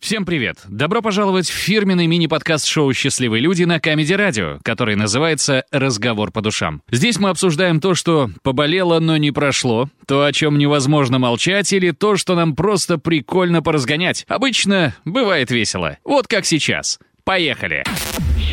Всем привет! Добро пожаловать в фирменный мини-подкаст шоу «Счастливые люди» на Камеди Радио, который называется «Разговор по душам». Здесь мы обсуждаем то, что поболело, но не прошло, то, о чем невозможно молчать, или то, что нам просто прикольно поразгонять. Обычно бывает весело. Вот как сейчас. Поехали!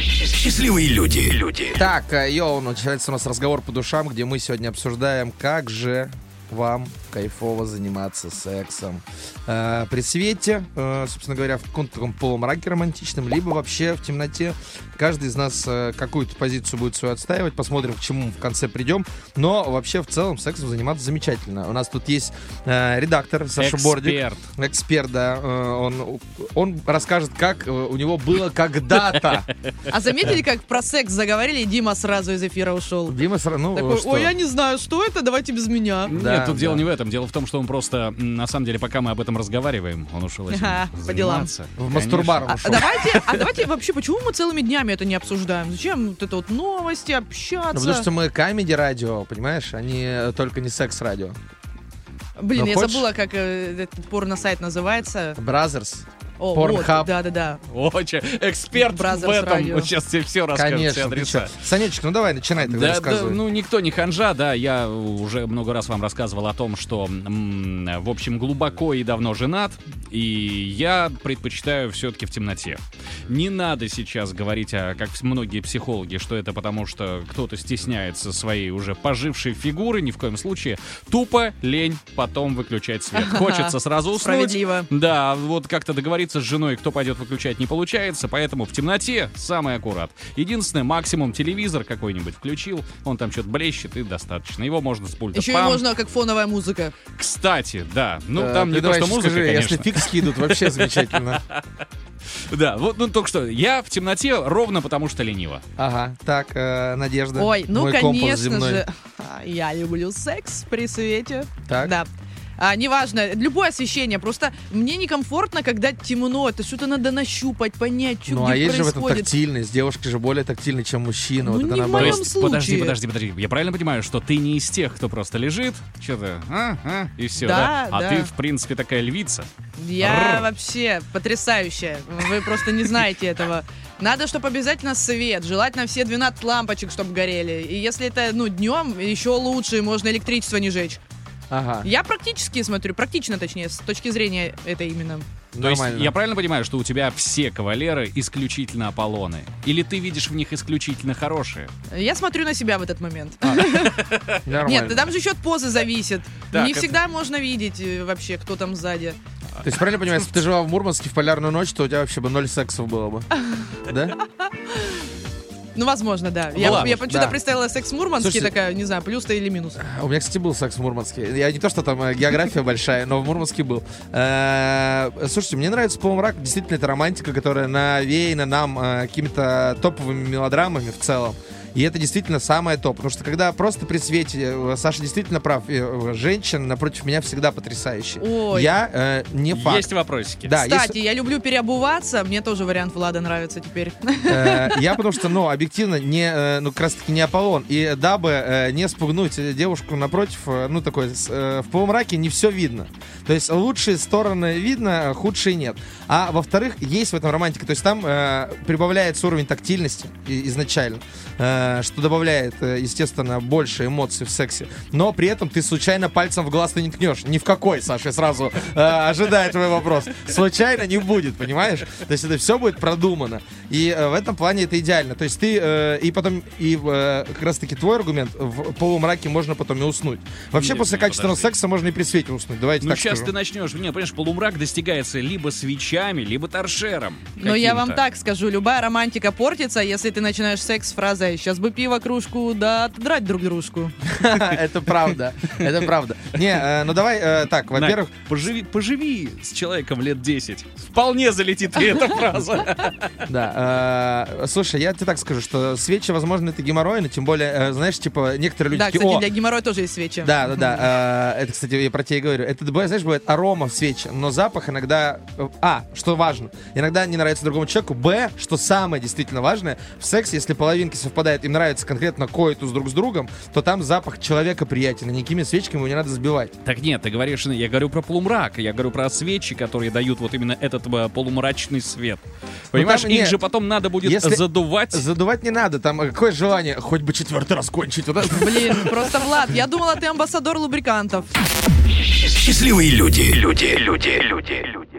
Счастливые люди. Люди. Так, э, йоу, начинается у нас разговор по душам, где мы сегодня обсуждаем, как же вам кайфово заниматься сексом. Э, при свете, э, собственно говоря, в каком-то таком полумраке романтичном, либо вообще в темноте. Каждый из нас э, какую-то позицию будет свою отстаивать, посмотрим, к чему в конце придем. Но вообще в целом сексом заниматься замечательно. У нас тут есть э, редактор Саша Бордик. Эксперт. Эксперт, да. Э, он, он расскажет, как э, у него было когда-то. А заметили, как про секс заговорили, и Дима сразу из эфира ушел? Дима сра- ну, Такой, что? ой, я не знаю, что это, давайте без меня. Да, Нет, тут да. дело не в этом. Дело в том, что он просто, м, на самом деле, пока мы об этом разговариваем, он ушел этим Ха, по делам. заниматься. В Конечно. мастурбар А, ушел. давайте, а давайте вообще, почему мы целыми днями это не обсуждаем? Зачем вот это вот новости, общаться? Ну, потому что мы камеди радио, понимаешь, они э, только не секс радио. Блин, ну, я хочешь? забыла, как э, этот порно-сайт называется. Бразерс, О, Pornhub. вот, да-да-да. О, чё, эксперт Brothers в этом. Radio. Вот Сейчас тебе все расскажет, все конечно. ты адреса. чё? Санечек, ну давай, начинай тогда Да, да, рассказывай. ну никто не ханжа, да, я уже много раз вам рассказывал о том, что, м, в общем, глубоко и давно женат, и я предпочитаю все-таки в темноте. Не надо сейчас говорить, о, как многие психологи, что это потому, что кто-то стесняется своей уже пожившей фигуры, ни в коем случае. Тупо лень потом выключать свет. Хочется сразу уснуть, Справедливо. да, вот как-то договориться с женой, кто пойдет выключать, не получается, поэтому в темноте самый аккурат. Единственное, максимум телевизор какой-нибудь включил, он там что-то блещет и достаточно. Его можно с пульта. Еще и пам. можно как фоновая музыка. Кстати, да. Ну, Э, там не ты то, давай что ещё музыка, скажи, конечно. если фикс идут, вообще замечательно. Да, вот, ну, только что. Я в темноте ровно потому, что лениво. Ага, так, э, Надежда. Ой, ну мой компас конечно земной. же. А, Я люблю секс при свете. Так. Да. А, неважно, любое освещение. Просто мне некомфортно, когда темно. Это что-то надо нащупать, понять, что Ну где а есть же в этом происходит. тактильность. Девушки же более тактильны, чем мужчины. Ну, вот это не в наоборот. моем То есть, случае. подожди, подожди, подожди. Я правильно понимаю, что ты не из тех, кто просто лежит, что-то, а, а, и все, да? Да, А да. ты, в принципе, такая львица. Я Рр. вообще потрясающая. Вы просто не знаете этого. Надо, чтобы обязательно свет, желательно все 12 лампочек, чтобы горели. И если это, ну, днем, еще лучше, можно электричество не жечь. Ага, Я практически смотрю, практично, точнее, с точки зрения это именно. То есть, нормально. я правильно понимаю, что у тебя все кавалеры исключительно Аполлоны? Или ты видишь в них исключительно хорошие? Я смотрю на себя в этот момент. Нормально. Нет, там же еще от позы зависит. Так, не это- всегда можно видеть э, вообще, кто там сзади. То есть правильно понимаю, если бы ты жила в Мурманске в полярную ночь, то у тебя вообще бы ноль сексов было бы. Да? Ну, возможно, да. Ну, я ладно, я почему-то да. представила секс Мурманский, Слушайте- такая, не знаю, плюс-то или минус. А, У меня, кстати, был секс в Мурманске. Я не то, что там э, география большая, но в Мурманске был. Э, Слушайте, мне нравится полумрак. Действительно, это романтика, которая навеяна нам э, какими-то топовыми мелодрамами в целом. И это действительно самое топ. Потому что когда просто при свете, э, Саша действительно прав, э, э, женщин напротив меня всегда потрясающие. Ой. Я э, не факт. Есть вопросики? Да, Кстати, А, если- я люблю переобуваться. Мне тоже вариант Влада нравится теперь. Э, Я потому что, ну, объективно, не, э, ну, как раз таки не Аполлон. И дабы э, не спугнуть э, девушку напротив, э, ну, такой, с, э, в полумраке не все видно. То есть лучшие стороны видно, а худшие нет. А во-вторых, есть в этом романтика. То есть там э, прибавляется уровень тактильности и- изначально, э, что добавляет, э, естественно, больше эмоций в сексе. Но при этом ты случайно пальцем в глаз ты не ткнешь. Ни в какой, Саша, я сразу э, ожидаю твой вопрос. Случайно не будет, понимаешь? То есть это все будет продумано. И э, в этом плане это идеально. То есть ты э, и потом, и э, как раз таки твой аргумент, в полумраке можно потом и уснуть. Вообще Нет, после ну, качественного подожди. секса можно и при свете уснуть. Давайте Ну, так сейчас ты скажем. начнешь. Нет, понимаешь, полумрак достигается либо свечами, либо торшером. Но Ну, я каким-то. вам так скажу, любая романтика портится, если ты начинаешь секс с фразой «Сейчас бы пиво, кружку, да драть друг дружку». Это правда. Это правда. Не, э, ну давай э, так, На, во-первых, поживи, поживи с человеком лет 10. Вполне залетит и эта фраза. Да. э, Слушай, я тебе так скажу, что свечи, возможно, это геморрой, но тем более, э, знаешь, типа, некоторые люди Да, такие, кстати, «О, для геморроя тоже есть свечи. да, да, да. э, Это, кстати, я про тебя и говорю. Это, бывает, знаешь, бывает арома в свече, но запах иногда... э, А, что важно. Иногда не нравится другому человеку. Б, что самое действительно важное, в сексе, если половинки совпадают бывает, им нравится конкретно коэтус друг с другом, то там запах человека приятен, и никакими свечками его не надо сбивать. Так нет, ты говоришь, я говорю про полумрак, я говорю про свечи, которые дают вот именно этот э, полумрачный свет. Понимаешь, Ну, там их нет. же потом надо будет Если- задувать. Задувать не надо, там э, какое желание, хоть бы четвертый раз кончить. вот это. Блин, просто, Влад, я думала, ты амбассадор лубрикантов. Счастливые люди. Люди, люди, люди, люди.